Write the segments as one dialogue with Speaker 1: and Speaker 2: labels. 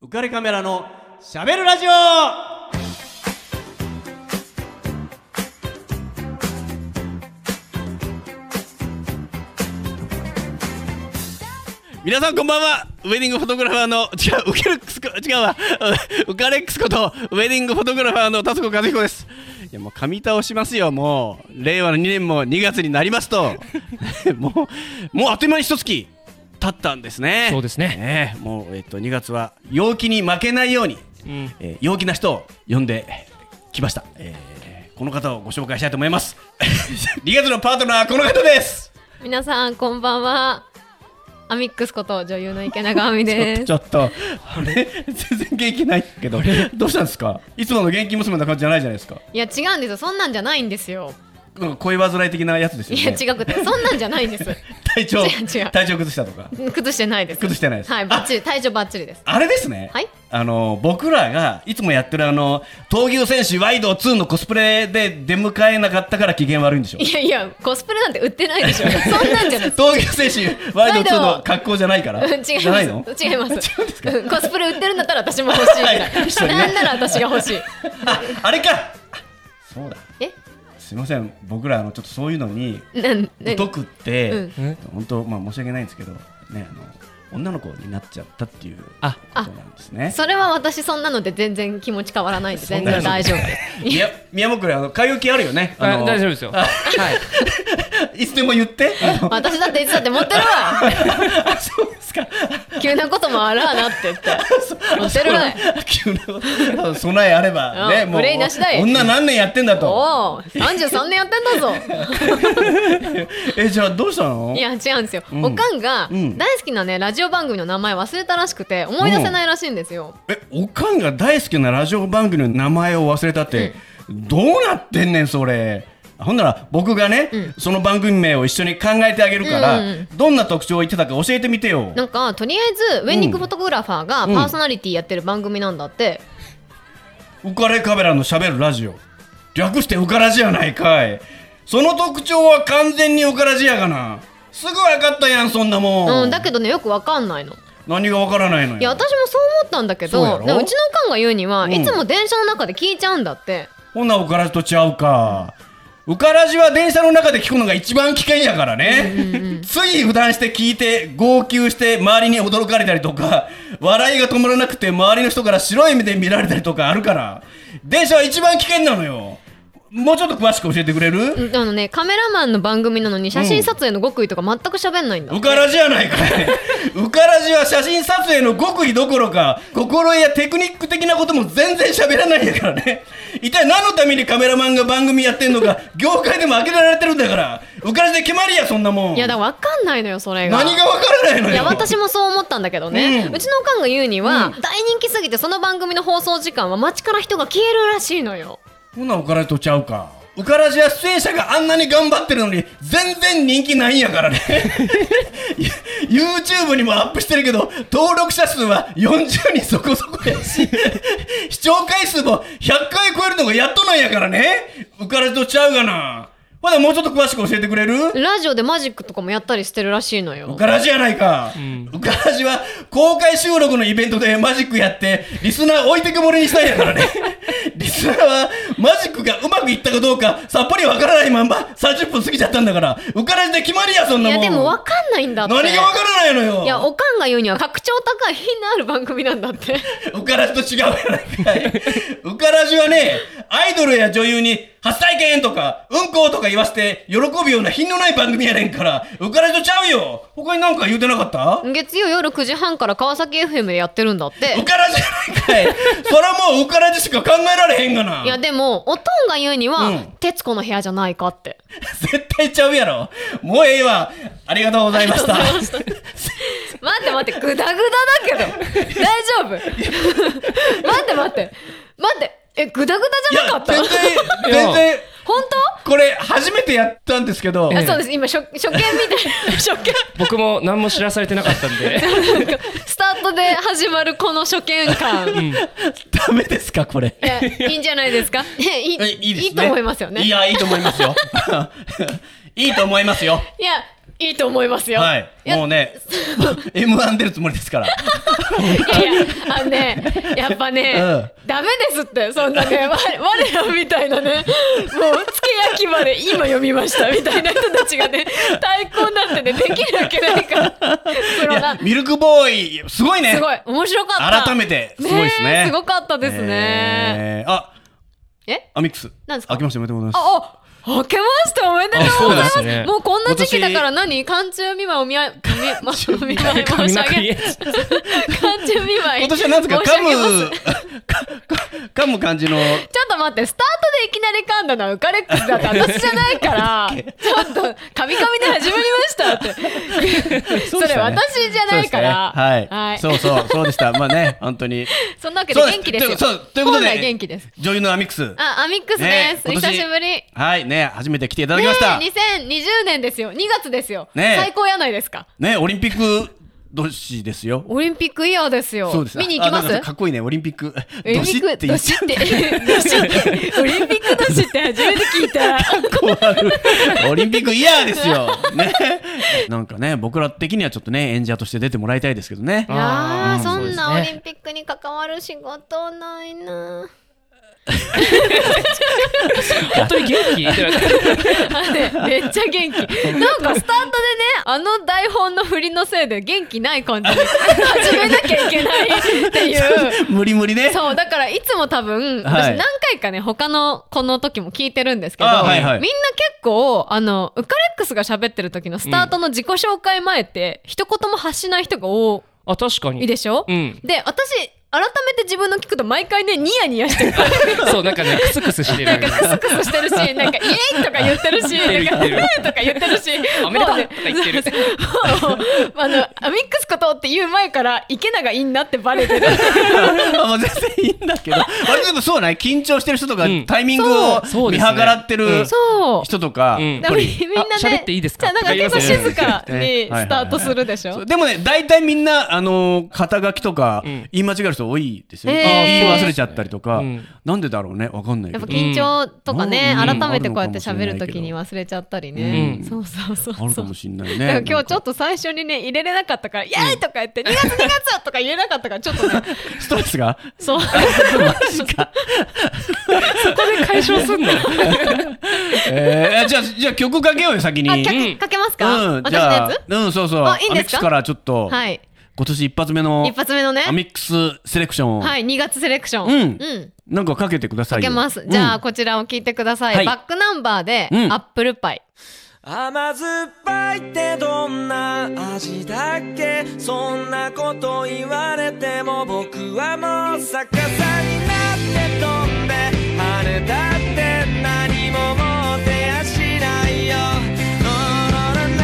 Speaker 1: 浮かれカメラのしゃべるラジオ
Speaker 2: 皆さんこんばんはウェディングフォトグラファーの違うウケルックスこ違うわ ウカレックスことウェディングフォトグラファーの達子和彦ですいやもう神倒しますよもう令和の2年も2月になりますと もうもうあっという間に一月経ったんですね
Speaker 3: そうですね
Speaker 2: ねえもうえっと2月は陽気に負けないように、
Speaker 3: ん
Speaker 2: えー陽気な人を呼んできました、えーこの方をご紹介したいと思います 2月のパートナーこの方です
Speaker 4: 皆さんこんばんはアミックスこと女優の池永亜美です
Speaker 2: ちょっと、あれ、 全然元気ないけど、どうしたんですかいつもの元気娘な感じじゃないじゃないですか。
Speaker 4: いや違うんですよそんなんじゃないんですよ
Speaker 2: なんか恋煩い的なやつですよ
Speaker 4: いや
Speaker 2: ね。
Speaker 4: 違くてそんなんじゃないんです
Speaker 2: 体調、
Speaker 4: 違う違う
Speaker 2: 体調崩したとか。
Speaker 4: 崩してないです
Speaker 2: 崩してないです
Speaker 4: はいバッチリ体調バッチリです
Speaker 2: あれですね。
Speaker 4: はい
Speaker 2: あの、僕らがいつもやってるあの、闘牛戦士ワイド2のコスプレで出迎えなかったから機嫌悪いんでしょ。
Speaker 4: いやいやコスプレなんて売ってない でしょそんなんじゃない
Speaker 2: 闘牛戦士ワイド2の格好じゃないから。
Speaker 4: うん違います
Speaker 2: じゃないの
Speaker 4: 違います
Speaker 2: 違うんですか
Speaker 4: うんコスプレ売ってるんだったら私も欲しいぐらい、
Speaker 2: はい一緒にね
Speaker 4: なんなら私が欲しい
Speaker 2: あ、あれかあそうだ。
Speaker 4: え
Speaker 2: すいません。僕ら、あの、ちょっとそういうのに、
Speaker 4: なん何
Speaker 2: 疎くって、
Speaker 4: うん
Speaker 3: え
Speaker 2: 本当まあ申し訳ないんですけどねあの女の子になっちゃったっていうこ
Speaker 3: あ
Speaker 2: となんですね。
Speaker 4: それは私そんなので全然気持ち変わらないんで全
Speaker 2: そん
Speaker 4: 然
Speaker 2: なの
Speaker 4: 大丈夫です
Speaker 2: いや宮本君あの買い置きあるよね。あ
Speaker 3: あ
Speaker 2: の
Speaker 3: 大丈夫ですよ。はい。
Speaker 2: いつでも言って。あ の
Speaker 4: 私だっていつだって持ってるわ
Speaker 2: あそうですか。
Speaker 4: 急なこともあらあなって言 って持ってるわい
Speaker 2: 急なことあの備えあればね
Speaker 4: うん憂いなしだい
Speaker 2: 女何年やってんだと。
Speaker 4: おお33年やってんだぞ
Speaker 2: えじゃあ どうしたの
Speaker 4: い？や違うんですよ、
Speaker 2: ん
Speaker 4: おかんが
Speaker 2: うん
Speaker 4: 大好きなねラジオ番組の名前忘れたらしくて思い出せないらしいんですよ、
Speaker 2: えおかんが大好きなラジオ番組の名前を忘れたって、どうなってんねんそれほんなら僕がね、その番組名を一緒に考えてあげるから、
Speaker 4: うんう
Speaker 2: どんな特徴を言ってたか教えてみてよ
Speaker 4: なんかとりあえずウェンディングフォトグラファーが
Speaker 2: うん
Speaker 4: パーソナリティやってる番組なんだって、
Speaker 2: 浮かれカメラのしゃべるラジオ略して浮からじやないかいその特徴は完全に浮からじやがなすぐ分かったやんそんなもん、
Speaker 4: うん、だけどねよくわかんないの
Speaker 2: 何が分からないのよ
Speaker 4: いや私もそう思ったんだけ
Speaker 2: そうや
Speaker 4: ど
Speaker 2: ろ
Speaker 4: でもうちのおかんが言うには、
Speaker 2: うん
Speaker 4: いつも電車の中で聞いちゃうんだって
Speaker 2: ほんな浮からじとちゃうか。浮からじは電車の中で聞くのが一番危険やからね。つい油断して聞いて、号泣して周りに驚かれたりとか、笑いが止まらなくて周りの人から白い目で見られたりとかあるから、電車は一番危険なのよ。もうちょっと詳しく教えてくれる
Speaker 4: うんあのねカメラマンの番組なのに写真撮影の極意とか全く喋んないんだ
Speaker 2: 浮
Speaker 4: って
Speaker 2: からじやないか い。浮からじは写真撮影の極意どころか、心得やテクニック的なことも全然喋らないんだからね。一体何のためにカメラマンが番組やってんのか、業界でも呆れられてるんだから。浮からじで決まりや、そんなもん。
Speaker 4: いやだからわかんないのよそれが
Speaker 2: 何がわからないのよ。
Speaker 4: いや私もそう思ったんだけどね、
Speaker 2: う
Speaker 4: うんちのおかんが言うには、大人気すぎてその番組の放送時間は街から人が消えるらしいのよ
Speaker 2: ほな、浮からじとちゃうか。浮からじは出演者があんなに頑張ってるのに、全然人気ないんやからね。YouTube にもアップしてるけど、登録者数は40人そこそこやし、 視聴回数も100回超えるのがやっとなんやからね。浮からじとちゃうがな。ほな、もうちょっと詳しく教えてくれる
Speaker 4: ラジオでマジックとかもやったりしてるらしいの
Speaker 2: う
Speaker 4: よ
Speaker 2: からじやないか、うからじは公開収録のイベントでマジックやってリスナー置いてくぼれにしたんやから ねリスナーはマジックがうまくいったかどうかさっぱりわからないまんま30分過ぎちゃったんだからうからじで決まりやそん
Speaker 4: い
Speaker 2: なも
Speaker 4: や
Speaker 2: ん
Speaker 4: でもわかんないんだって
Speaker 2: 何がわからないのよ
Speaker 4: いやおかんが言うには格調高い品のある番組なんだって
Speaker 2: うからじと違うやないかい。うからじはね、アイドルや女優に初体験とか、うんことか言わせて喜ぶような品のない番組やねんから、うからじとちゃうよ他になんか言うてなかった
Speaker 4: 月曜夜9時半から川崎 FM でやってるんだっ
Speaker 2: う
Speaker 4: て
Speaker 2: からじゃないかい。それはもううからじしか考えられへんがな。
Speaker 4: いやでもおとんが言うには、
Speaker 2: うん
Speaker 4: 徹子の部屋じゃないかって
Speaker 2: 絶対ちゃうやろ。もうええわ。ありがとうござい ました。
Speaker 4: 待って待ってグダグダだけど大丈夫待って待って待ってえグダグ
Speaker 2: い
Speaker 4: ダじゃなか
Speaker 2: や、
Speaker 4: った
Speaker 2: 全然、
Speaker 3: いや
Speaker 2: 全然、
Speaker 4: 本当
Speaker 2: これ初めてやったんですけど、
Speaker 4: あそうです今初初 見みたいな初
Speaker 3: 僕も何も知らされてなかったんで。
Speaker 4: 見なんかスタートで始まるこの初見感、い
Speaker 2: ダメですか、これ。
Speaker 4: やいいんじゃないですかねいい
Speaker 2: えいいですね。
Speaker 4: いいと思いますよね
Speaker 2: いや、いいと思いますよ。いいと思いますよ。
Speaker 4: いやいいと思いますよ。
Speaker 2: はい
Speaker 4: いや
Speaker 2: もうね M1 出るつもりですから
Speaker 4: いやいや、あのね、やっぱね、
Speaker 2: う
Speaker 4: ダメですって、そんなね、わ我らみたいなね、もう、つけ焼きまで今読みましたみたいな人たちがね、太鼓なんてね、できるわけないから、プ
Speaker 2: い
Speaker 4: ロな
Speaker 2: や。ミルクボーイすごいね
Speaker 4: すごい、面白かった。
Speaker 2: 改めてすごいですね
Speaker 4: えすごかったですね。
Speaker 2: えーあ
Speaker 4: え
Speaker 2: アミックス
Speaker 4: なんですか
Speaker 2: 明けましておめでとうございます
Speaker 4: あ、あ、明けましておめでとうございま
Speaker 3: あ
Speaker 4: す。
Speaker 3: そうですね
Speaker 4: もうこんな時期だから何寒中見舞いお見合い、お見お見 舞い申し上げ、寒中見舞い。
Speaker 2: 今年は何ですか
Speaker 4: 申し上げます
Speaker 2: 噛む噛む感じの
Speaker 4: ちょっと待って、スタートでいきなり噛んだのはウカレックスだって私じゃないから、ちょっと、カミカミで始まりました って。それ私じゃないから。
Speaker 2: はいそうそうそうでしたまあね本当に
Speaker 4: そんなわけで
Speaker 2: そう
Speaker 4: 元気ですよ。
Speaker 2: そうということ
Speaker 4: 本来
Speaker 2: で
Speaker 4: 元気です。
Speaker 2: 女優のアミックス
Speaker 4: あ、アミックスです。
Speaker 2: ね今
Speaker 4: 久
Speaker 2: 年
Speaker 4: しぶり。ね
Speaker 2: はいね初めて来ていただきました
Speaker 4: え、2020年ですよ。2月ですよ。
Speaker 2: ねえ
Speaker 4: 最高やないですか。
Speaker 2: ねオリンピック年ですよ
Speaker 4: オリンピックイヤーですよ。
Speaker 2: そうです
Speaker 4: 見に行きま
Speaker 2: あ
Speaker 4: す
Speaker 2: なんかかっこいいねオリンピック
Speaker 4: オリンピッ
Speaker 2: 年っ
Speaker 4: ク、
Speaker 2: て言
Speaker 4: ど
Speaker 2: っ
Speaker 4: し
Speaker 2: ちゃ
Speaker 4: って、 どしって、オリンピックどしって初めて聞い た。
Speaker 2: うオリンピックイヤーですよねなんかね僕ら的にはちょっとね演者として出てもらいたいですけどね
Speaker 4: いやー
Speaker 3: あー
Speaker 4: そんな
Speaker 3: そう
Speaker 4: オ
Speaker 3: ですね
Speaker 4: リンピックに関わる仕事ないな
Speaker 3: 本当に元気ってなって
Speaker 4: あれめっちゃ元気なんかスタートでねあの台本の振りのせいで元気ない感じで始めなきゃいけないって いう
Speaker 2: 無理無理ね
Speaker 4: そうだからいつも多分
Speaker 2: はい
Speaker 4: 私何回かね他のこの時も聞いてるんですけど、
Speaker 2: あはいはい
Speaker 4: みんな結構あのウカレックスが喋ってる時のスタートの自己紹介前って一言も発しない人が多
Speaker 3: あ、確かに。
Speaker 4: いでしょ、
Speaker 3: うん
Speaker 4: で私改めて自分の聞くと毎回ねニヤニヤしてる
Speaker 3: そう、なんかね、クスクスしてる。
Speaker 4: なんかクスクスしてるし、なんかイエイとか言ってるし、
Speaker 3: 言ってる
Speaker 4: なんか
Speaker 3: 言
Speaker 4: フーとか言ってるし、
Speaker 3: おめでとう
Speaker 4: もね
Speaker 3: とか言ってる。
Speaker 4: もうあのアミックスことって言う前から池永いいんだってバレてる。
Speaker 2: あまあ全然いいんだけどあれでもそうない緊張してる人とか
Speaker 3: うん
Speaker 2: タイミングを
Speaker 3: そう
Speaker 2: 見
Speaker 3: で
Speaker 2: 計
Speaker 3: すね
Speaker 2: らってる
Speaker 4: そう。
Speaker 2: 人とか
Speaker 3: うん
Speaker 2: やっ
Speaker 4: だ
Speaker 2: ぱ
Speaker 4: からみ
Speaker 2: り
Speaker 4: みんなね、
Speaker 3: あ喋っていいですか
Speaker 4: じゃあなんか結構静か にスタートするでし
Speaker 2: そ
Speaker 4: ょ
Speaker 2: う。でもね大体みんなあのー肩書きとか
Speaker 3: うん
Speaker 2: 言い間違える人多いですよね
Speaker 4: えー
Speaker 2: 言い忘れちゃったりとか
Speaker 3: うん
Speaker 2: なんでだろうねわかんないけ
Speaker 4: やっぱ
Speaker 2: ど
Speaker 4: 緊張とかね、
Speaker 2: うん
Speaker 4: 改めてこうやって喋るときに忘れちゃったりね。
Speaker 3: うん
Speaker 4: そうそうそうそう。
Speaker 2: あるかもしんない
Speaker 4: だか
Speaker 2: ね
Speaker 4: ら今日ちょ
Speaker 2: と
Speaker 4: っと最初にね入れれなかったから「イエーイ!」とか言って「2月2月!」とか言えなかったからちょっとね
Speaker 2: ストレスが
Speaker 4: そう
Speaker 3: 解消すんの
Speaker 2: えーじゃあじゃあ曲かけようよ先に
Speaker 4: あ
Speaker 2: う
Speaker 4: 曲かけますか、
Speaker 2: ん
Speaker 4: 私
Speaker 2: じ
Speaker 4: の
Speaker 2: ゃ
Speaker 4: や
Speaker 2: あ
Speaker 4: つ
Speaker 2: うんそうそう
Speaker 4: あいいん
Speaker 2: アミ
Speaker 4: ですか
Speaker 2: ックスからちょっと
Speaker 4: はい
Speaker 2: 今年一発目の
Speaker 4: 一発目のね
Speaker 2: アミックスセレクションを
Speaker 4: はい2月セレクション
Speaker 2: うん
Speaker 4: うん
Speaker 2: なんかかけてくださ
Speaker 4: か
Speaker 2: いよ
Speaker 4: けますじゃあ
Speaker 2: うん
Speaker 4: こちらを聞いてください、
Speaker 2: はい
Speaker 4: バックナンバーで、
Speaker 2: うん
Speaker 4: アップルパイ
Speaker 5: 甘酸っぱいってどんな味だっけそんなこと言われても僕はもう逆さになって飛んで跳ねたって何ももう手やしないよ No, no, no, no.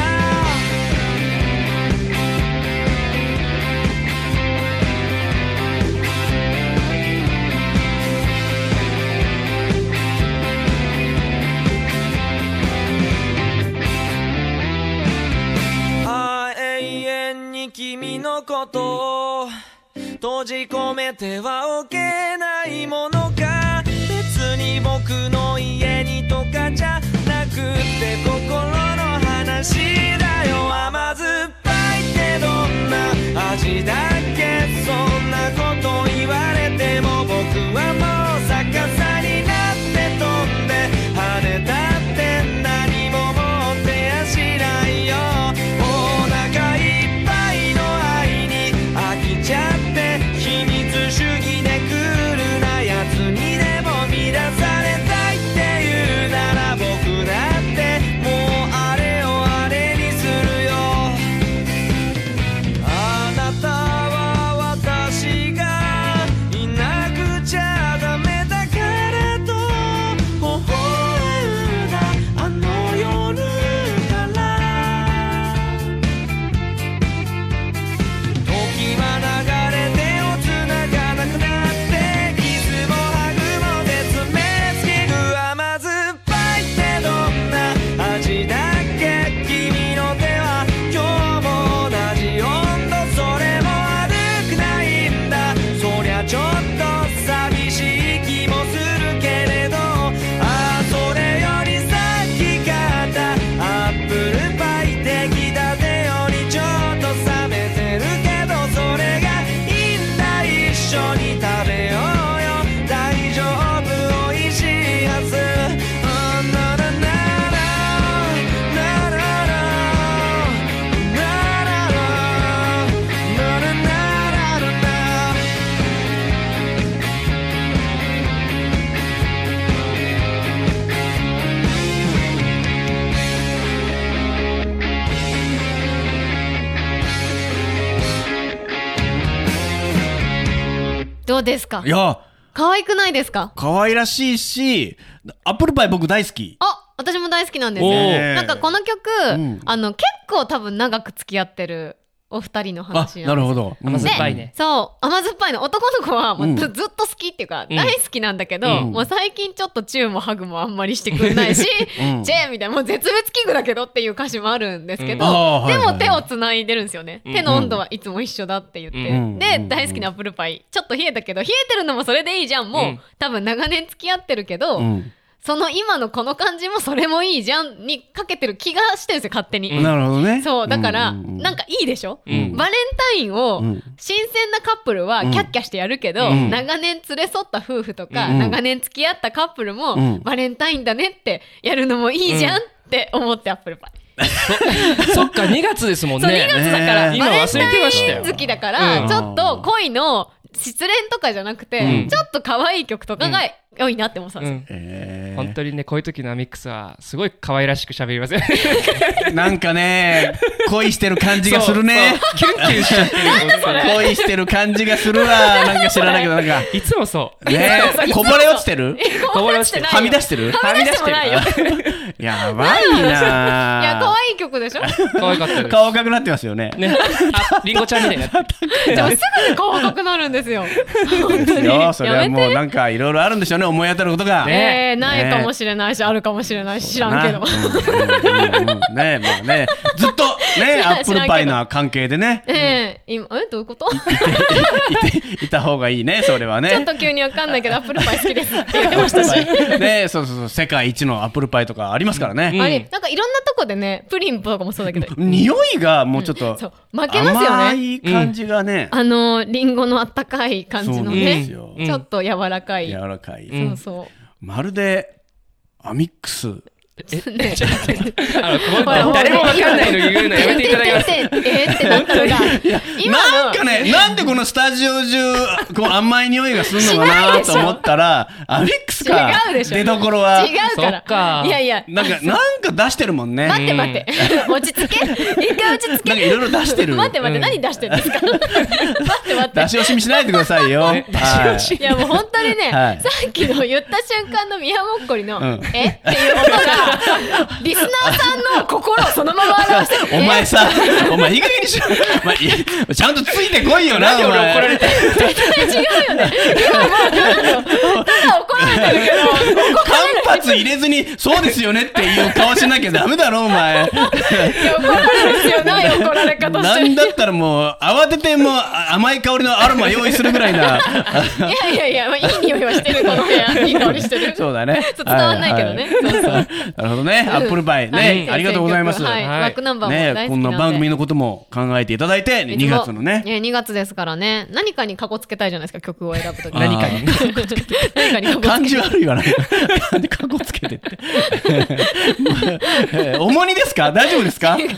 Speaker 5: ああ永遠に君のことを閉じ込めてはおけないものか別に僕の家にとかじゃなくて心の話だよ甘酸っぱいってどんな味だっけそんなこと言われても僕はもう逆さになって飛んで跳ねたって何ももう手やしないよお腹いっぱいの愛に飽きちゃって秘密主義でクールなやつにでも乱されたいっていうなら僕だってもうあれをあれにするよあなたは私が
Speaker 4: どうですか
Speaker 2: いや、
Speaker 4: 可愛くないですか
Speaker 2: 可愛らしいし、アップルパイ僕大好き。
Speaker 4: あ私も大好きなんですよ
Speaker 2: おー
Speaker 4: なんかこの曲、
Speaker 2: うん
Speaker 4: あの結構多分長く付き合ってるお二人の
Speaker 2: あ
Speaker 4: 話、
Speaker 2: なるほ
Speaker 4: ど
Speaker 2: ど。
Speaker 3: 甘酸っぱい
Speaker 2: うん
Speaker 3: ね。
Speaker 4: そう甘酸っぱいの男の子はもうず,、
Speaker 2: うん
Speaker 4: ずっと好きっていうか
Speaker 3: うん
Speaker 4: 大好きなんだけど、
Speaker 2: うん
Speaker 4: もう最近ちょっとチューもハグもあんまりしてくれないし、
Speaker 2: うん
Speaker 4: チェーンみたいなもう絶滅危惧だけどっていう歌詞もあるんですけど、
Speaker 3: う
Speaker 2: あ
Speaker 3: ん
Speaker 2: ーはいはいはい
Speaker 4: でも手をつないでるんですよね、
Speaker 3: うん
Speaker 4: 手の温度はいつも一緒だって言って、
Speaker 2: うん
Speaker 4: で、
Speaker 2: うん
Speaker 4: 大好きなアップルパイちょっと冷えたけど冷えてるのもそれでいいじゃんもう、
Speaker 3: うん
Speaker 4: 多分長年付き合ってるけど、
Speaker 2: うん
Speaker 4: その今のこの感じもそれもいいじゃんにかけてる気がしてるんですよ勝手に、
Speaker 2: なるほどね。
Speaker 4: そうだから、なん
Speaker 2: か、
Speaker 4: かいいでしょ、
Speaker 3: うん
Speaker 4: バレンタインを、
Speaker 2: うん
Speaker 4: 新鮮なカップルは
Speaker 2: うん
Speaker 4: キャッキャしてやるけど、
Speaker 2: うん
Speaker 4: 長年連れ添った夫婦とか、
Speaker 2: うん
Speaker 4: 長年付き合ったカップルも、
Speaker 2: うん
Speaker 4: バレンタインだねってやるのもいいじゃんって思ってアップルパイ、
Speaker 3: そっか、2月ですもん
Speaker 4: そう2
Speaker 3: ね。
Speaker 4: 月だから、
Speaker 2: ね
Speaker 3: 今
Speaker 4: バレン
Speaker 3: 忘れてました
Speaker 4: タイン
Speaker 3: よ。
Speaker 4: 好きだから、
Speaker 2: うん
Speaker 4: ちょっと恋の失恋とかじゃなくて、
Speaker 2: うん
Speaker 4: ちょっと可愛い曲とかが良いなって思ってたん
Speaker 3: う
Speaker 4: ですよ、
Speaker 3: ん。
Speaker 2: え
Speaker 3: 本当にね、こういう時のアミックスは、すごい可愛らしく喋り ますよね。
Speaker 2: ーなんかね、恋してる感じがするね。
Speaker 3: そう。そうキュンキュンしちゃってる。
Speaker 2: 恋してる感じがするわ。なんか知らないけど、なんか。
Speaker 3: いつもそう。
Speaker 2: ねこぼれ落ちてる
Speaker 3: こぼれ落ちて
Speaker 2: はみ出してる
Speaker 4: はみ出してもないよ
Speaker 2: やばい
Speaker 4: いや可
Speaker 2: なぁ
Speaker 4: 愛い曲でしょじ
Speaker 3: 可愛かったです。
Speaker 2: 顔赤くなってますよね。
Speaker 3: ね、 あ、リンゴちゃんみたいになって。
Speaker 4: ゃあすぐ顔赤くなるんで すよ本当に
Speaker 2: よそれは
Speaker 4: やめて
Speaker 2: もうなんかいろいろあるんでしょうね、思い当たることが。
Speaker 3: ね
Speaker 4: えーないかもしれないし、あるかもしれないし知らんけど、
Speaker 2: なうんうんうんねまあね、ずっとね、ア
Speaker 4: らん
Speaker 2: ップルパイの関係でね、
Speaker 4: ええ今えどういうこと
Speaker 2: いた方がいいね、それは
Speaker 4: ちょっ
Speaker 2: ね。
Speaker 4: と急にわかんないけどアップルパイ好きですって言ってましたし、
Speaker 2: ね、そうそうそう、世界一のアップルパイとかありますからね。
Speaker 4: あれなんかいろんなとこでねプリンとかもそうだけど
Speaker 2: 匂いがもうちょっと
Speaker 4: そう負けますよ
Speaker 2: 甘
Speaker 4: ね
Speaker 2: い感じがね、
Speaker 4: あのリンゴのあったかい感じの
Speaker 2: そうなんで
Speaker 4: ね
Speaker 2: すよ
Speaker 4: ちょっと柔らかい、
Speaker 2: 柔らかい。
Speaker 4: そうそ
Speaker 2: まるでアミックス。
Speaker 4: うねちょっ と
Speaker 3: あのこ
Speaker 4: ほらほ
Speaker 3: の
Speaker 4: ら
Speaker 3: 誰もわかんないの言うのやめていただけます。
Speaker 4: えーってなったのが今
Speaker 2: な
Speaker 4: の
Speaker 2: んかね、 なんでこのスタジオ中、こう甘い匂いがするのかなと思ったら、アミックスか
Speaker 4: 違う、でしょ
Speaker 2: 出どころは。
Speaker 4: 違うか
Speaker 3: そ
Speaker 4: ら
Speaker 3: っか
Speaker 4: いやいや
Speaker 2: なんか、なんか出してるもんね。
Speaker 4: 待って待って、 落ち着け一回落ち着け
Speaker 2: なんかいろいろ出してる
Speaker 4: 待って待って、何出してるんですか 待って待って
Speaker 2: 出し惜しみしないでくださいよ。出し惜し
Speaker 4: いやもう本当にね、
Speaker 2: はい
Speaker 4: さっきの言った瞬間の宮もっこりの「
Speaker 2: ん
Speaker 4: えっ?」ていう音がリスナーさんの心をそのまま表してる
Speaker 2: お前
Speaker 4: え
Speaker 2: さ、お前いい加減にしろ。お前いちゃんとついてこいよな、お前。
Speaker 3: 俺怒られて
Speaker 4: ただ怒られてるけ
Speaker 2: 間髪入れずに、そうですよねっていう顔しなきゃダメだろ、お 前。
Speaker 4: ど怒られる必要ない怒られ方し
Speaker 2: な
Speaker 4: てる
Speaker 2: んだったらもう、慌ててもうあ甘い香りのアロマ用意するぐらいな。
Speaker 4: いやいやいや、まあ、いい匂いはしてるこの部屋いい香りしてる
Speaker 2: そうだね。
Speaker 4: そう伝わんないけどねそうそう
Speaker 2: はいなるほどね。アップルパイね。ありがとうございます。
Speaker 4: はい、
Speaker 3: はい
Speaker 4: バックナンバーも
Speaker 2: ね
Speaker 4: 大好
Speaker 2: こ
Speaker 4: き
Speaker 2: ん
Speaker 4: なんで、
Speaker 2: な番組のことも考えていただいて、2月のね。
Speaker 4: え2月ですからね何かにかこつけたいじゃないですか曲を選ぶとき
Speaker 2: 何かに
Speaker 4: 何かにかこつけた
Speaker 2: 感
Speaker 4: い
Speaker 2: じ悪いわ ね。なんでカゴつけてって。えー重荷ですか大丈夫です か
Speaker 4: 違う。い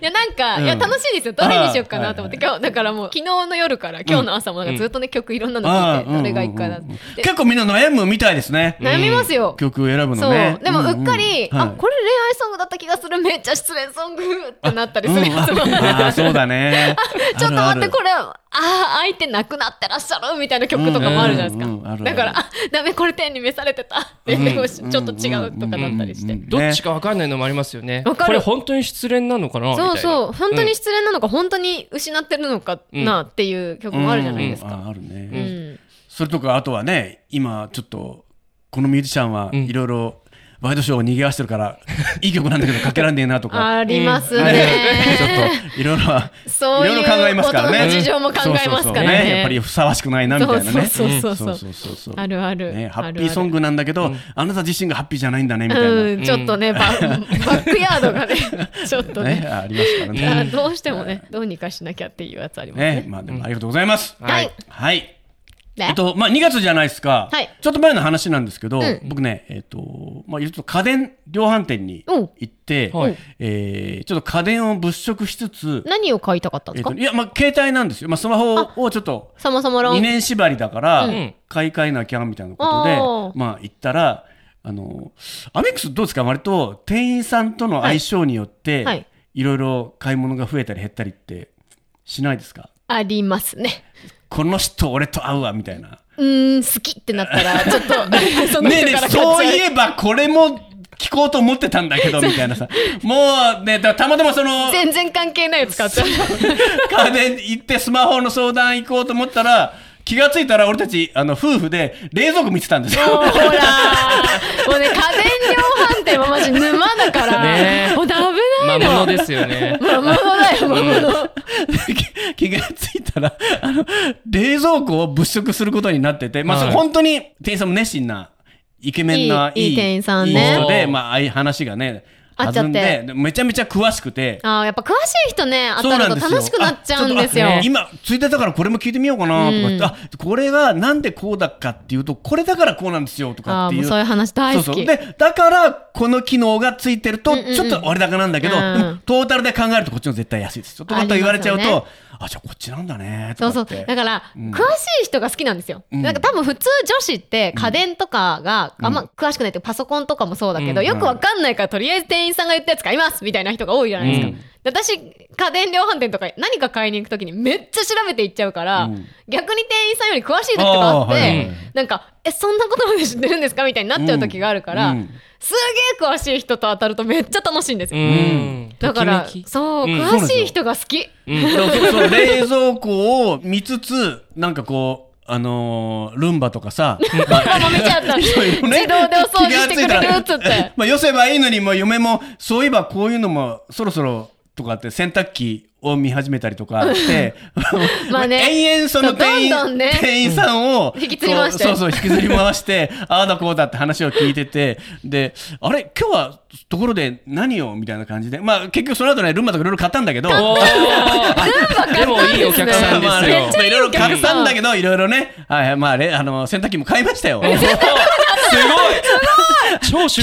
Speaker 4: や、なんか、
Speaker 2: うん
Speaker 4: いや、楽しいですよ。どれにしようかなと思って、
Speaker 2: あ
Speaker 4: 今日、だからもう、昨日の夜から今日の朝も、なんかずっとね、曲いろんなの聞いて、
Speaker 2: あー
Speaker 4: どれがいいかなっ
Speaker 2: うんうんうん
Speaker 4: て。で
Speaker 2: 結構みんな悩むみたいですね。
Speaker 4: 悩みますよ。
Speaker 2: 曲を選ぶ
Speaker 4: そ
Speaker 2: の
Speaker 4: う
Speaker 2: ね。。
Speaker 4: でも、うっかり、
Speaker 2: うんうん
Speaker 4: あ、これ恋愛ソングだった気がする。めっちゃ失恋ソングってなったりするやつも。
Speaker 2: はいうんああ、そうだね
Speaker 4: 。ちょっと待って、こ
Speaker 2: れ。
Speaker 4: れ、ああ、相手亡くなってらっしゃるみたいな曲とかもあるじゃないで
Speaker 2: うんうんう
Speaker 4: す
Speaker 2: んあるあ
Speaker 4: か。
Speaker 2: る
Speaker 4: だから、 あ、ダメ、これ手に召されてたって。でもちょっと違うとかだったりして。
Speaker 2: ね
Speaker 3: どっちかわかんないのもありますよね。
Speaker 4: わかる
Speaker 3: これ本当に失恋なのかなみたいな
Speaker 4: そうそう本当
Speaker 3: うん
Speaker 4: に失恋なのか、本当に失ってるのかなっていう曲もあるじゃないですか、
Speaker 2: うんああるね。
Speaker 4: うん
Speaker 2: それとかあとはね今ちょっとこのミュージシャンは
Speaker 3: ん
Speaker 2: いろいろワイドショーを賑わしてるから、いい曲なんだけどかけらんねえなとか。
Speaker 4: あります
Speaker 2: ねちょっと
Speaker 4: ね、
Speaker 2: いろいろ
Speaker 4: そういう
Speaker 2: ろ考えますからね
Speaker 4: 大人の事情も考えますからね
Speaker 2: そうそうそうやっぱりふさわしくないなみたいなね
Speaker 4: そうそうそうそ
Speaker 2: そ
Speaker 4: う
Speaker 2: うそうそう
Speaker 4: あるある
Speaker 2: ね、ハ
Speaker 4: あ
Speaker 2: ッ
Speaker 4: る
Speaker 2: ピーソングなんだけど、あなた自身がハッピーじゃないんだねみたいな、
Speaker 4: うん、ちょっとね、ババックヤー ドがねちょっとね
Speaker 2: ねありますから
Speaker 4: あ
Speaker 2: ね,、
Speaker 4: どうしてもねどうにかしなきゃっていうやつありますね
Speaker 2: ねまあでもありがとうございます、
Speaker 4: はい、
Speaker 2: はい
Speaker 4: ね
Speaker 2: えっと、まあ、2月じゃないですか。
Speaker 4: はい
Speaker 2: ちょっと前の話なんですけど、
Speaker 4: ん
Speaker 2: 僕ね、えっと、まあ、ちょっと家電量販店に
Speaker 4: うん
Speaker 2: 行って、
Speaker 3: はい
Speaker 2: えーちょっと家電を物色しつつ、
Speaker 4: 何を買いたかったん
Speaker 2: えっ
Speaker 4: ですか、
Speaker 2: と、いや、まあ、携帯なんですよ。まあ、スマホをちょっと、
Speaker 4: さまさま論
Speaker 2: 2年縛りだから
Speaker 3: ん、
Speaker 2: 買い替えなきゃ、みたいなことで、
Speaker 4: おー
Speaker 2: まあ、行ったら、あの、アメックスどうですか割と、店員さんとの相性によって、
Speaker 4: はいはいい
Speaker 2: ろいろ買い物が増えたり減ったりって、しないですか
Speaker 4: ありますね
Speaker 2: この人俺と合うわみたい な。
Speaker 4: うーん、好きってなっ たら、ちょっと、その
Speaker 2: ねえ
Speaker 4: 人
Speaker 2: ねえ
Speaker 4: から買っちゃ
Speaker 2: そういえばこれも聞こうと思ってたんだけ どみたいなさもうねだたまたまその
Speaker 4: 全然関係ないやつ買っちゃう。
Speaker 2: 家電行ってスマホの相談行こうと思ったら気がついたら俺たちあの夫婦で冷蔵庫見てたんですよ。
Speaker 4: もうほらもうね、家電量販店はマジ沼だから、
Speaker 3: ねえ
Speaker 4: もう危ない
Speaker 3: 魔
Speaker 4: の。
Speaker 3: 物ですよね。
Speaker 4: 魔物だよ、魔 物。
Speaker 2: で 気気がついたら、あの、冷蔵庫を物色することになってて、まあ、
Speaker 3: はい
Speaker 2: それ本当に店員さんも熱心な、イケメンな、
Speaker 4: いいいい店員さん
Speaker 2: い
Speaker 4: ね
Speaker 2: い人で、まあ、ああいう話がね、
Speaker 4: 合っちゃって
Speaker 2: 弾んで、でめちゃめちゃ詳しくて、
Speaker 4: ああ、やっぱ詳しい人ね、当たると楽しくなっちゃうんですよ。
Speaker 2: あちょっとあ今、ついてたからこれも聞いてみようかなとか、
Speaker 4: うん
Speaker 2: あ、これがなんでこうだかっていうと、これだからこうなんですよとか
Speaker 4: あ
Speaker 2: っ
Speaker 4: あ、
Speaker 2: てい
Speaker 4: もう
Speaker 2: う。
Speaker 4: そういう話大好き。
Speaker 2: そうそうでだからこの機能がついてると
Speaker 4: んうんうん
Speaker 2: ちょっと割高なんだけど、
Speaker 4: うん
Speaker 2: でもトータルで考えるとこっちの絶対安いですよとかと言われちゃうと
Speaker 4: あり
Speaker 2: あ,、
Speaker 4: ま
Speaker 2: じゃあこっちなんだね
Speaker 4: そ
Speaker 2: と
Speaker 4: う
Speaker 2: か
Speaker 4: そ
Speaker 2: っ
Speaker 4: う。
Speaker 2: て
Speaker 4: だから、
Speaker 2: うん
Speaker 4: 詳しい人が好きなんですよ。
Speaker 2: うん
Speaker 4: なんか多分普通女子って家電とかがあんま詳しくないってパソコンとかもそうだけど、
Speaker 2: うん
Speaker 4: よくわかんないからとりあえず店員さんが言ったやつ買いますみたいな人が多いじゃないですか。
Speaker 2: うん
Speaker 4: で私、家電量販店とか何か買いに行くときにめっちゃ調べていっちゃうから、
Speaker 2: うん
Speaker 4: 逆に店員さんより詳しい時とかあって、
Speaker 2: あーはいはい
Speaker 4: なんか、え、そんなことまで知ってるんですかみたいになっちゃう時があるから、
Speaker 2: うんうん
Speaker 4: すげえ詳しい人と当たるとめっちゃ楽しいんです
Speaker 3: う
Speaker 4: よ。
Speaker 3: ん。
Speaker 4: だから
Speaker 3: ときめ、き
Speaker 4: そう、
Speaker 3: うん
Speaker 4: 詳しい人が好き。
Speaker 2: だからそうそう冷蔵庫を見つつなんかこうあのールンバとかさ、まあ
Speaker 4: 豆ちゃんだ。自動
Speaker 2: い
Speaker 4: で
Speaker 2: ろ
Speaker 4: お
Speaker 2: いろね
Speaker 4: 掃除してくれるっつっ
Speaker 2: 気がついたら
Speaker 4: て。
Speaker 2: まあ、寄せばいいのに、もう嫁も、そういえばこういうのも、そろそろ、とかって洗濯機を見始めたりとかして、
Speaker 4: まあね
Speaker 2: 延々その店員、
Speaker 4: どんどんね
Speaker 2: 店員さんを、
Speaker 4: 引きずり回して
Speaker 2: そうそうそう、引きずり回して、ああだこうだって話を聞いてて、で、あれ今日は、ところで何をみたいな感じで、まあ結局その後ね、ルンバとかいろいろ買ったんだけど、
Speaker 3: おーでもいいお客さんで
Speaker 2: まあ、
Speaker 3: す
Speaker 2: まあ
Speaker 3: よ
Speaker 2: ま。あいろいろ買ったんだ
Speaker 4: け
Speaker 2: けど、いろいろね、はいはい、まあ、れあの、洗濯機も買いましたよ。
Speaker 3: おーすごい超出
Speaker 4: どちょっと待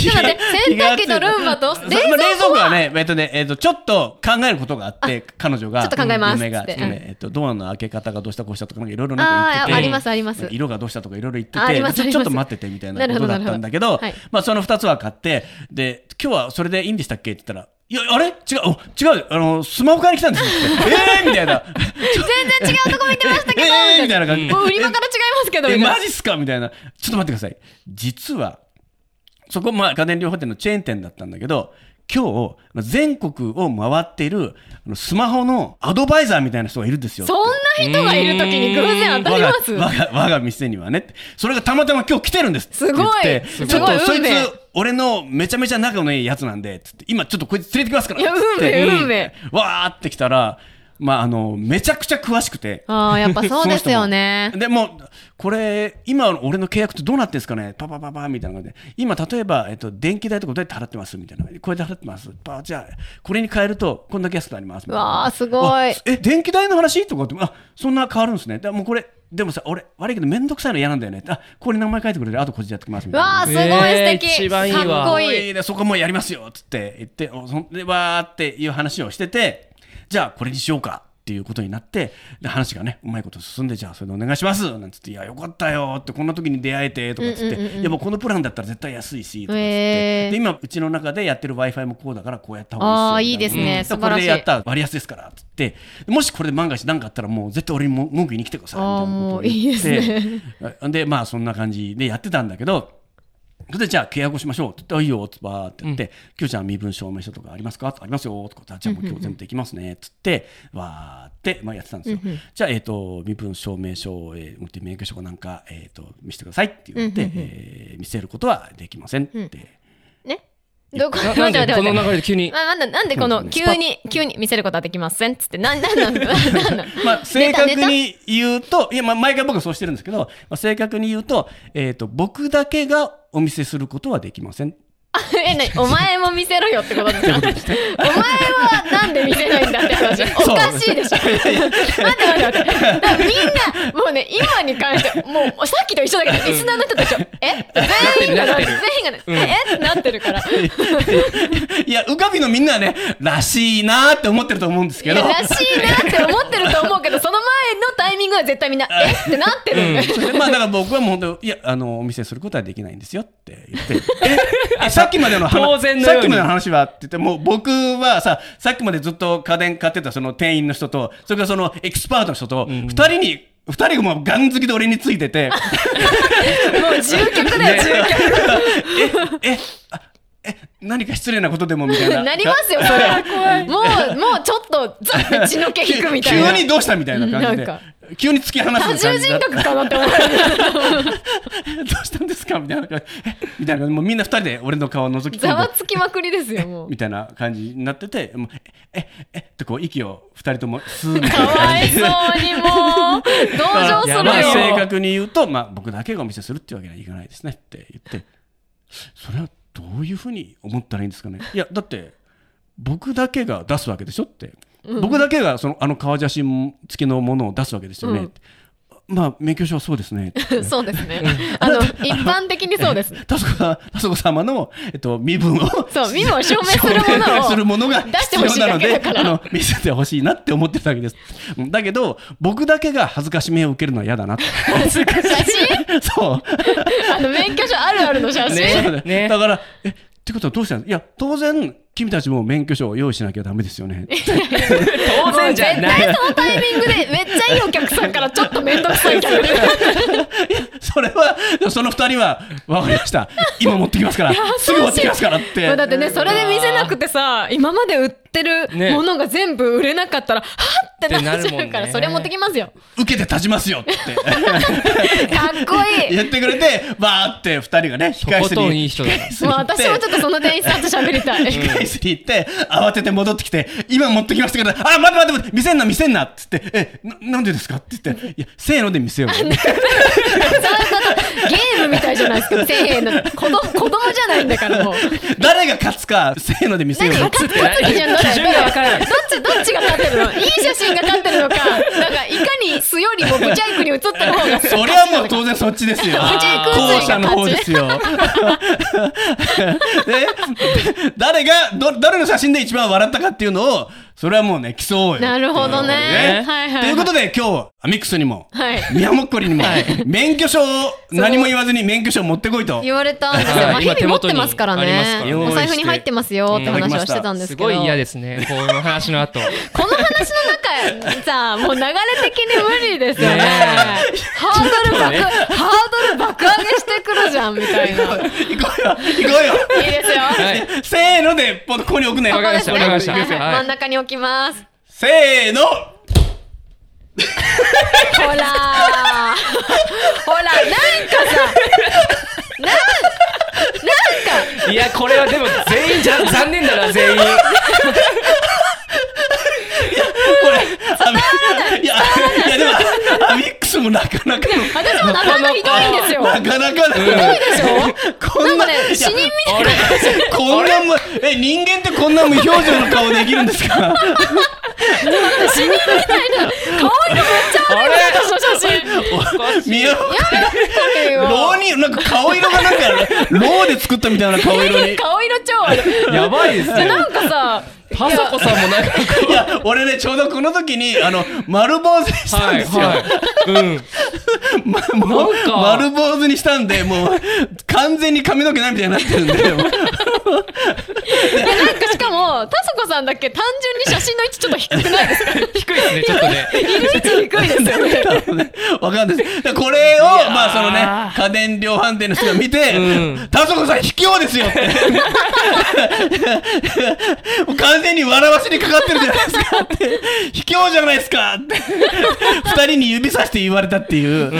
Speaker 3: 費
Speaker 4: って、洗濯機とルンバと
Speaker 2: そう
Speaker 4: 冷
Speaker 2: まあ
Speaker 4: 蔵庫
Speaker 2: は
Speaker 4: は、
Speaker 2: ね、えっとね、えっと、ちょっと考えることがあって、彼女が。
Speaker 4: ちょっと考えます
Speaker 2: 嫁が、
Speaker 4: つって
Speaker 2: ちょっとねえっと、ドアの開け方がどうしたこうしたとか、なんかいろいろなんか言
Speaker 4: あ
Speaker 2: って
Speaker 4: あ、
Speaker 2: て。
Speaker 4: ありますあります。
Speaker 2: 色がどうしたとかいろいろ言って
Speaker 4: あありま
Speaker 2: て
Speaker 4: すあ
Speaker 2: ちょ
Speaker 4: ります
Speaker 2: ちょっと待っててみたいなことだったんだけ
Speaker 4: な
Speaker 2: ど
Speaker 4: るほどなるほど
Speaker 2: まあその2つは買ってで今日はそれでいいんでしたっけって言ったら「いやあれ違うお違うあのスマホ買いに来たんです」って「えー!」みたい な
Speaker 4: 全然違うとこ見てまし
Speaker 2: 「
Speaker 4: たけど、
Speaker 2: えー!」み
Speaker 4: みた
Speaker 2: た
Speaker 4: い
Speaker 2: いな感じで
Speaker 4: な。もう売り場から違いますけど、
Speaker 2: え
Speaker 4: みたいな
Speaker 2: マジっすかみたいなちょっと待ってください実はそこまあ家電量販店のチェーン店だったんだけど今日まあ全国を回っているあのスマホのアドバイザーみたいな人がいるんですよ
Speaker 4: そんな人がいるときに偶然当たります
Speaker 2: 我が我が我が店にはねってそれがたまたま今日来てるんですって
Speaker 4: すごい
Speaker 2: 言って
Speaker 4: すごい
Speaker 2: ちょっとそい
Speaker 4: 運
Speaker 2: つ
Speaker 4: 命
Speaker 2: 俺のめちゃめちゃ仲のいいやつなんでつって今ちょっとこいつ連れてきますから
Speaker 4: いや
Speaker 2: つっ
Speaker 4: 運
Speaker 2: て
Speaker 4: 命運命
Speaker 2: わーって来たらまああのめちゃくちゃ詳しくて
Speaker 4: ああ、やっぱそうですよね
Speaker 2: そ。の人もでもうこれ今俺の契約ってどうなってんですかねパパパパみたいな感じで今例えば、えっと、電気代とかどうやって払ってますみたいなこれで払ってますパじゃあこれに変えるとこんだけ安くなりますみたいな
Speaker 4: わあすごい
Speaker 2: あえ電気代の話とかってあそんな変わるんですねでもうこれでもさ俺悪いけど面倒くさいの嫌なんだよねあここに名前書いてくれるあとこっちでやってきますみたいな
Speaker 4: わあ、すごい素敵。
Speaker 3: えー一番いいわ
Speaker 4: かっこいい。
Speaker 2: でそこもうやりますよっつって言っておそんでわーっていう話をしててじゃあこれにしようかっていうことになってで話がねうまいこと進んでじゃあそれでお願いしますなんつって「いやよかったよ」ってこんな時に出会えてとかっつって「いやもうこのプランだったら絶対安いし」とかっつって、
Speaker 4: へー
Speaker 2: で今うちの中でやってる w i f i もこうだからこうやった方
Speaker 4: あ
Speaker 2: が
Speaker 4: あ、
Speaker 2: い
Speaker 4: い
Speaker 2: い
Speaker 4: い
Speaker 2: で
Speaker 4: ですす
Speaker 2: よみたいな
Speaker 4: ね。
Speaker 2: で
Speaker 4: 素
Speaker 2: こ
Speaker 4: 晴
Speaker 2: れ
Speaker 4: ら
Speaker 2: で
Speaker 4: し
Speaker 2: やっ
Speaker 4: い。
Speaker 2: たら割安ですからっつってもしこれで万が一何かあったらもう絶対俺にも文句言いに来てくださいみたいなことを言って
Speaker 4: あーもういいですね
Speaker 2: あでまあそんな感じでやってたんだけどそれでじゃあ契約をしましょうって言ってあ「いいよ」ってバーって言って「きょうちゃん身分証明書とかありますか?」ありますよ」とか「じゃあもう今日全部できますね」っつってわーって、まあ、やってたんですよ。じゃあ、えー、と身分証明書を、えー持って免許証かなんか、えー、と見せてくださいって言って、えー見せることはできませんって。
Speaker 4: ねどこ、
Speaker 3: な
Speaker 4: 待
Speaker 3: な
Speaker 4: っ
Speaker 3: ん
Speaker 4: て待っ
Speaker 3: で
Speaker 4: て
Speaker 3: この
Speaker 4: 待っ
Speaker 3: 流
Speaker 4: て。
Speaker 3: れで急に。
Speaker 4: まあ、なんだなんでこの急に、急に見せることはできませんっつって、なん、なんなん、なんなん。
Speaker 2: まあ、正
Speaker 4: ネタ
Speaker 2: 確に言うと、いや、まあ、毎回僕はそうしてるんですけど、まあ、正確に言うと、えっ、と、僕だけがお見せすることはできません。
Speaker 4: え、なにお前も見せろよってことですかお前はなんで見せないんだって話。
Speaker 2: う
Speaker 4: おかしいでしょ。待って待って待って。だからみんな、もうね、今に関して、もうさっきと一緒だけど、リスナーの人たちは、え全員がな、全員がな、えってなってるから。い
Speaker 2: いや、うかびのみんなはね、らしいなーって思ってると思うんですけ
Speaker 4: や、
Speaker 2: ど。
Speaker 4: らしいなって思ってると思うけど、その前のタイミングは絶対みんな、えってなってるんだ よ。
Speaker 2: まあだから僕はもう本当いやあのお見せすることはできないんですよって言って ええさっきまでの話
Speaker 3: 当然のように
Speaker 2: さっきまでの話はって言ってもう僕はささっきまでずっと家電買ってたその店員の人とそれからそのエキスパートの人と二人に二人もガン好きで俺について て、
Speaker 6: もう重脚だよ重脚
Speaker 2: 何か失礼なことでもみたいな。
Speaker 4: なりますよそれもうもうちょっとザッて血の毛引くみたいな
Speaker 2: 急にどうしたみたいな感じで、
Speaker 4: うんなん
Speaker 2: 急に突き放す
Speaker 4: 多
Speaker 2: 感
Speaker 4: 重
Speaker 2: じだ
Speaker 4: 人
Speaker 2: った
Speaker 4: 格かなって思う
Speaker 2: どうしたんですかみたいな感じえみたいなもうみんな二人で俺の顔を覗き
Speaker 4: ざ
Speaker 2: 込ん
Speaker 4: わ
Speaker 2: で
Speaker 4: つきまくりです よもう
Speaker 2: みたいな感じになっててもうえええってこう息を二人とも吸うみたいな
Speaker 4: かわい
Speaker 2: 感じ
Speaker 4: そう
Speaker 2: で。
Speaker 4: にもう同情するよ、
Speaker 2: まあ正確に言うと、まあ、僕だけがお見せするってわけにはいかないですねって言ってそれはどういうふうに思ったらいいんですかねいやだって僕だけが出すわけでしょって、僕だけがそのあの顔写真付きのものを出すわけですよね、まあ免許証はそうですね って言って
Speaker 4: そうですねあの一般的にそうですね
Speaker 2: 田子さん田子様の、えっと、身分を
Speaker 4: そう身分を証明す
Speaker 2: 証
Speaker 4: るもの
Speaker 2: 明
Speaker 4: を
Speaker 2: するものが
Speaker 4: 出して
Speaker 2: 必
Speaker 4: ほ
Speaker 2: 要
Speaker 4: し
Speaker 2: な
Speaker 4: い
Speaker 2: の
Speaker 4: だけ
Speaker 2: で
Speaker 4: だから
Speaker 2: あの見せてほしいなって思ってたわけですうんだけど僕だけが恥ずかしめを受けるのは嫌だ なって
Speaker 4: 写真
Speaker 2: そう
Speaker 4: あの免許証あるあるの写
Speaker 2: そ
Speaker 4: 真、
Speaker 2: うだよ
Speaker 3: ね
Speaker 2: だから、え、ってことはどうしたのいや、当然、君たちも免許証を用意しなきゃダメですよね。
Speaker 3: 当然じゃない。
Speaker 4: 絶対そのタイミングでめっちゃいいお客さんからちょっと面倒くさい客に
Speaker 2: それは、その二人は、わかりました。今持ってきますから、すぐ持ってきますからって。
Speaker 6: まあだってねそれで見せなくてさ今まで売ってる
Speaker 3: ね
Speaker 6: ものが全部売れなかったら、はっ
Speaker 4: ってなっ
Speaker 3: ってなる
Speaker 4: ち
Speaker 3: も
Speaker 4: ゃ
Speaker 3: ん
Speaker 4: うから、
Speaker 3: ね
Speaker 4: それ持ってきますよか
Speaker 2: 受けて立ちますよって
Speaker 4: っこいい
Speaker 2: 言ってくれて、バーって二人がね、控え室
Speaker 3: とことんい
Speaker 2: に。
Speaker 3: い人だ
Speaker 2: 控え室
Speaker 4: も
Speaker 2: に
Speaker 4: う
Speaker 2: 行って
Speaker 4: 私もちょっとその店員さんと喋りたい、
Speaker 2: 控え室に行って、慌てて戻ってきて、今持ってきましたから、あ、待って待って待って、見せんな見せんなっつって、え、ななんでですかって言って、いや、せーので見せよう。
Speaker 4: ゲームみたいじゃないですかせーの子供子供じゃないんだからもう
Speaker 2: 誰が勝つか、せーので見せよう。
Speaker 4: 勝つ勝つ基準どれ
Speaker 3: 基準がわからない
Speaker 4: どっちどっちが勝ってるのいい写真が勝ってるのかなんかいかに素よりもブチャイクに写ってる方が
Speaker 2: それはもう当然そっちです よ。
Speaker 4: うち行く
Speaker 2: 後者の方ですよ。 で誰がど誰の写真で一番笑ったかっていうのをそれはもうね競おうよ。
Speaker 4: なるほどね
Speaker 2: ね
Speaker 4: はいはい
Speaker 2: ということで今日アミックスにも、
Speaker 4: はい
Speaker 2: 宮もっこりにも、免許証を何も言わずに免許証を持ってこいと。
Speaker 4: 言われたんですよ、まあ、
Speaker 3: はい
Speaker 4: 日々
Speaker 3: 今
Speaker 4: 持ってますから
Speaker 3: 手元にありますか
Speaker 4: ね
Speaker 3: ら
Speaker 2: ね
Speaker 4: お財布に入ってますよって話をしてたんです
Speaker 3: す
Speaker 4: けど
Speaker 3: ごい嫌ですね。この話の後。
Speaker 4: この話の中さもう流れ的に無理ですよね
Speaker 3: ね
Speaker 4: ハードル爆ハードル爆上げしてくるじゃんみたいないい
Speaker 2: 行こうよ行こうよ。
Speaker 4: ですよ
Speaker 3: はい。
Speaker 2: せーのでここに置くね。
Speaker 4: ここですね
Speaker 3: わかりましたわかりました
Speaker 4: はい真ん中に置きます
Speaker 2: せーの。
Speaker 4: ほらーほらなんかさ
Speaker 3: いや、これはでも全員じゃ残念だな、全員。
Speaker 2: これ。アミいやいやでもアミックスもなかなかの。
Speaker 4: 私もなかなかひどいんですよ
Speaker 2: なかなかだね。こん
Speaker 4: なん
Speaker 2: な
Speaker 4: かね
Speaker 2: いや
Speaker 4: 死人みたい
Speaker 2: こんなもえ人間ってこんな無表情の顔できるんです か。
Speaker 3: あれ
Speaker 4: な写真
Speaker 2: 宮尾
Speaker 4: や
Speaker 2: 老になんか顔色がなんか老で作ったみたいな顔色 に。
Speaker 4: めて 顔色超悪い
Speaker 3: やばいですね。
Speaker 4: なんかさ
Speaker 3: パサコさんもなんか、
Speaker 2: いや俺ねちょうどこの時にあの丸坊主にしたん
Speaker 3: は
Speaker 2: で
Speaker 3: い、
Speaker 2: すよ。
Speaker 3: はい。うん。
Speaker 2: まもう
Speaker 3: なんか
Speaker 2: 丸坊主にしたんでもう完全に髪の毛ないみたいになってるんで。 もう
Speaker 4: いやなんかしかも田そこさんだけ単純に写真の位置ちょっと低くな いですか
Speaker 3: 低いですね、ちょっとね。
Speaker 4: いる位置低いですよね
Speaker 2: わかんないです。だからこれを、まあそのね、家電量販店の人が見て
Speaker 3: う、
Speaker 2: 田所さん卑怯ですよって。 もう完全に笑わしにかかってるじゃないですかって。卑怯じゃないですかって。二人に指さして言われたっていう。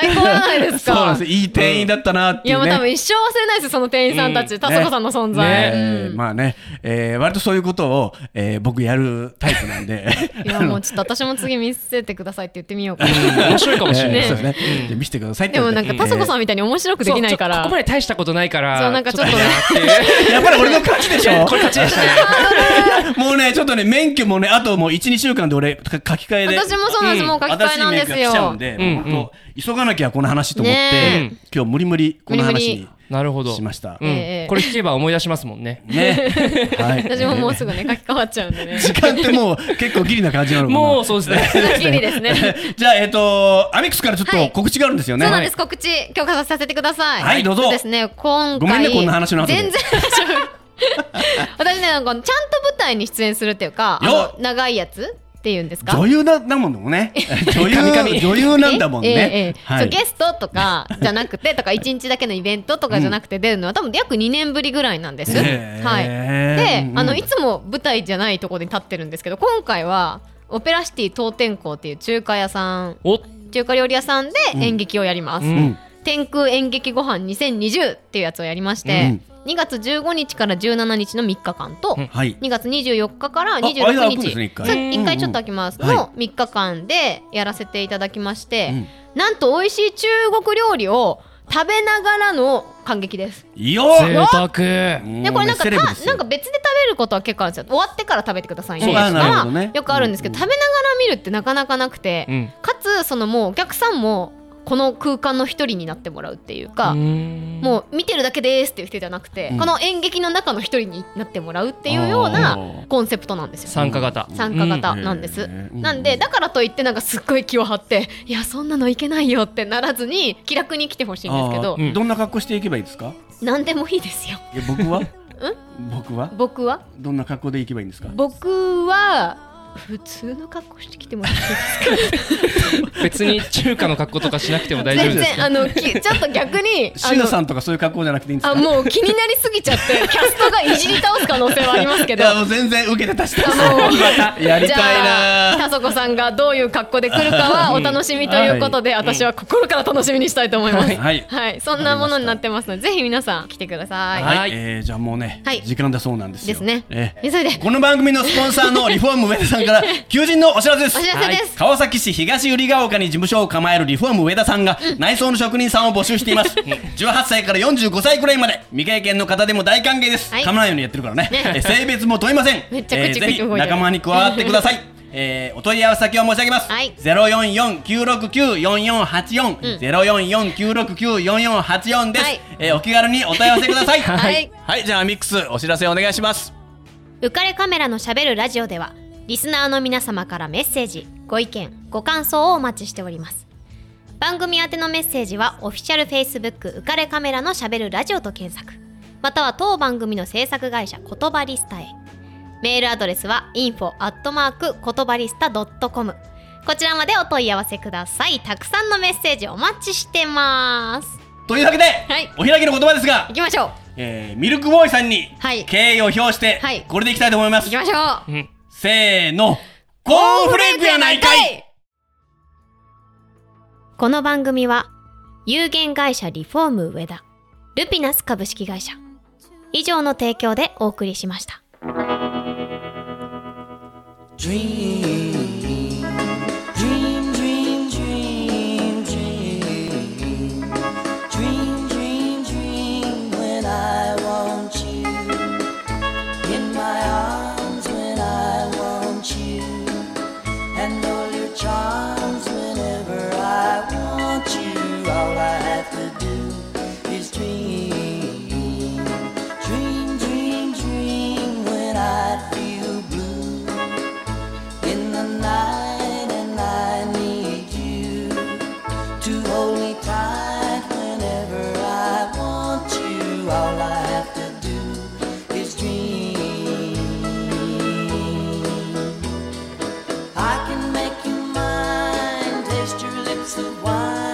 Speaker 4: 最高じゃないです
Speaker 2: そうなん
Speaker 4: か
Speaker 2: です。いい店員だったなって
Speaker 4: い
Speaker 2: いう
Speaker 4: や
Speaker 2: ね。
Speaker 4: もう多分一生忘れないですよその店員さんたち、田そこさんの存在、
Speaker 2: ねまあね、えー割とそういうことを、えー僕やるタイプなんで。
Speaker 4: いやもうちょっと私も次見せてくださいって言ってみようか な
Speaker 3: 面白いかもしれない。
Speaker 2: えーそうですね。じゃあ見せてくださいって
Speaker 4: で
Speaker 2: 言わ
Speaker 4: も
Speaker 2: れて。
Speaker 4: なんか田そこさんみたいに面白くできないか
Speaker 3: そうちょここま
Speaker 4: ら
Speaker 3: で大したことないから。
Speaker 4: そうなんかちょっとね
Speaker 3: ちょっといいなっていう
Speaker 2: やっぱり俺の勝ちでしょ
Speaker 3: これ勝ちでしたね。
Speaker 2: もうね、ちょっとね、免許もね、あともう1、2週間で俺、か書き換えで。
Speaker 4: 私もそうなんです、
Speaker 3: うん
Speaker 4: もう書き換えなんです
Speaker 2: 新しい免許が来ちゃう
Speaker 4: よ
Speaker 2: んで、
Speaker 3: うん
Speaker 2: もう本当急がなきゃこの話と思って、
Speaker 4: ね
Speaker 3: え
Speaker 2: 今日無理無理この
Speaker 4: 無理
Speaker 2: 話
Speaker 4: 無
Speaker 2: に
Speaker 3: なるほど。
Speaker 2: しました。
Speaker 3: うん
Speaker 4: ええ
Speaker 3: これ聞けば思い出しますもんね。
Speaker 2: ね。はい。
Speaker 4: 私ももうすぐね書き換わっちゃうん でね
Speaker 2: 時間ってもう結構ギリな感じなのかな。
Speaker 3: もうそうですね。
Speaker 4: すっきりですねそう
Speaker 2: じゃあ、えっ、と、アミックスからちょっ
Speaker 4: は
Speaker 2: と
Speaker 4: い
Speaker 2: 告知があるんですよね。
Speaker 4: なんです、告知今日させてください
Speaker 2: はいどうぞ
Speaker 4: そうですね今回
Speaker 2: ごめんねこんな話の後で
Speaker 4: 全然 大丈夫私ねなんかちゃんと舞台に出演するっていうかあ
Speaker 2: よっ
Speaker 4: の長いやつていうんですか
Speaker 2: 女優なだもの ね女優女優なんだもん
Speaker 4: えええええ
Speaker 2: ね
Speaker 4: え
Speaker 2: は
Speaker 4: そう
Speaker 2: い
Speaker 4: ゲストと かじゃなくてとか1日だけのイベントとかじゃなくて出るのは多分約2年ぶりぐらいなんです、
Speaker 2: へー
Speaker 4: はい、で、
Speaker 2: うん
Speaker 4: あのいつも舞台じゃないところに立ってるんですけど今回はオペラシティ東天港っていう中華屋さん
Speaker 3: お
Speaker 4: 中華料理屋さんで演劇をやります、
Speaker 2: ん
Speaker 4: 天空演劇ご飯2020っていうやつをやりまして、2月15日から17日の3日間と、
Speaker 2: はい
Speaker 4: 2月24日から
Speaker 2: あ間
Speaker 4: 26
Speaker 2: 空くん
Speaker 4: 日
Speaker 2: ですね一回
Speaker 4: そう一回ちょっと空きます
Speaker 2: はい
Speaker 4: の3日間でやらせていただきまして、
Speaker 2: うん
Speaker 4: なんと美味しい中国料理を食べながらの感激です
Speaker 2: いや
Speaker 3: 贅沢
Speaker 4: でこれなんか
Speaker 2: セ
Speaker 4: た
Speaker 2: レブです
Speaker 4: な
Speaker 2: よ
Speaker 4: んか別で食べることは結構あるんですよ終わってから食べてくださいね
Speaker 2: そう
Speaker 4: と
Speaker 2: ですねあなる
Speaker 4: か、
Speaker 2: ほどね
Speaker 4: よくあるんですけど、
Speaker 2: うん
Speaker 4: 食べながら見るってなかなかなくて、
Speaker 3: うん
Speaker 4: かつそのもうお客さんもこの空間の一人になってもらうっていうか、
Speaker 3: も
Speaker 4: もう見てるだけですっていう人じゃなくて、
Speaker 2: うん
Speaker 4: この演劇の中の一人になってもらうっていうような
Speaker 2: あー
Speaker 4: コンセプトなんですよ。
Speaker 3: 参加型
Speaker 4: 参加型
Speaker 2: うん
Speaker 4: なんです、
Speaker 2: うん
Speaker 4: なんでだからといってなんかすっごい気を張っていやそんなのいけないよってならずに気楽に来てほしいんですけど
Speaker 2: あーどんな格好していけばいいですか
Speaker 4: 何でもいいですよ
Speaker 2: いや僕は僕は
Speaker 4: 僕は
Speaker 2: どんな格好でいけばいいんですか
Speaker 4: 僕は普通の格好してきてもらっ ていいですか
Speaker 3: う別に中華の格好とかしなくても大丈夫
Speaker 4: 全
Speaker 3: です
Speaker 4: 然あのきちょっと逆にあ
Speaker 2: シ
Speaker 4: の
Speaker 2: ナさんとかそういう格好じゃなくていいんです
Speaker 4: あ
Speaker 2: か
Speaker 4: もう気になりすぎちゃってキャストがいじり倒す可能性はありますけ
Speaker 2: い
Speaker 4: ど
Speaker 2: やもう全然受けて足したい
Speaker 4: あの
Speaker 2: やり
Speaker 4: じ
Speaker 2: た
Speaker 4: ゃ
Speaker 2: い
Speaker 4: あ
Speaker 2: な
Speaker 4: 田底さんがどういう格好で来るかはお楽しみということで、私は心から楽しみにしたいと思います。はい、
Speaker 2: はい
Speaker 4: そんなものになってますので、ぜひ皆さん来てください。
Speaker 2: は
Speaker 3: はいい
Speaker 2: えーじゃあもうね
Speaker 4: はい
Speaker 2: 時間だそうなんですよ
Speaker 4: ですね。
Speaker 2: ええ
Speaker 4: 急いで。
Speaker 2: この番組のスポンサーのリフォーム上田さん から求人のお知らせです
Speaker 4: お知らせです
Speaker 2: はい川崎市東百合ヶ丘に事務所を構えるリフォーム上田さんが内装の職人さんを募集してい ます18歳から45歳くらいまで未経験の方でも大歓迎です
Speaker 4: はい
Speaker 2: 構わないようにやってるからね
Speaker 4: ね
Speaker 2: えー性別も問いません
Speaker 4: めっちゃ
Speaker 2: えー
Speaker 4: 口
Speaker 2: ぜひ
Speaker 4: 口動いてる
Speaker 2: 仲間に加わってく ださいえーお問い合わせ先を申し上げます、
Speaker 4: はい
Speaker 2: 044-969-4484、044-969-4484です、
Speaker 4: はい
Speaker 2: えーお気軽にお問い合わせください
Speaker 4: はい
Speaker 2: はい、じゃあミックスお知らせお願いします。
Speaker 4: 浮かれカメラのしゃべるラジオではリスナーの皆様からメッセージご意見ご感想をお待ちしております番組宛てのメッセージはオフィシャル Facebook 浮かれカメラのしゃべるラジオと検索または当番組の制作会社言葉リスタへメールアドレスは info アットマーク言葉リスタ .com こちらまでお問い合わせくださいたくさんのメッセージお待ちしてます
Speaker 2: というわけで、
Speaker 4: い
Speaker 2: お開きの言葉ですが
Speaker 4: 行、きましょう
Speaker 2: えー、ミルクボーイさんに
Speaker 4: はい
Speaker 2: 敬意を表して、
Speaker 4: はい
Speaker 2: これでいきたいと思います。
Speaker 4: 行きましょう
Speaker 2: せーの、コーンフレークやないかい
Speaker 4: この番組は有限会社リフォーム上田ルピナス株式会社以上の提供でお送りしました
Speaker 7: Dream, dream, dream, dream, dream, dream, dream, dream. When I want you in my arms, when I want you, and all your charms. Whenever I want you, all I have to do is dream, dream, dream, dream. When I feel blue in the night and I need you to hold me tight whenever I want you. All I have to do is dream. I can make you mine, taste your lips of wine.